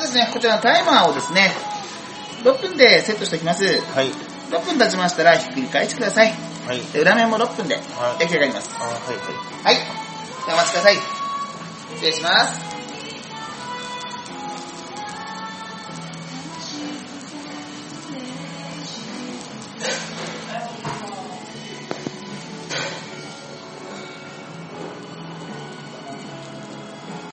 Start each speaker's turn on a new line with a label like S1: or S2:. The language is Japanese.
S1: ですね、こちらのタイマーをですね、6分でセットしておきます。
S2: はい。
S1: 6分経ちましたらひっくり返してください。
S2: はい。
S1: で裏面も6分で
S2: はい
S1: 焼き上がります。
S2: あ、はい、はい。
S1: はい。ではお待ちください。失礼します。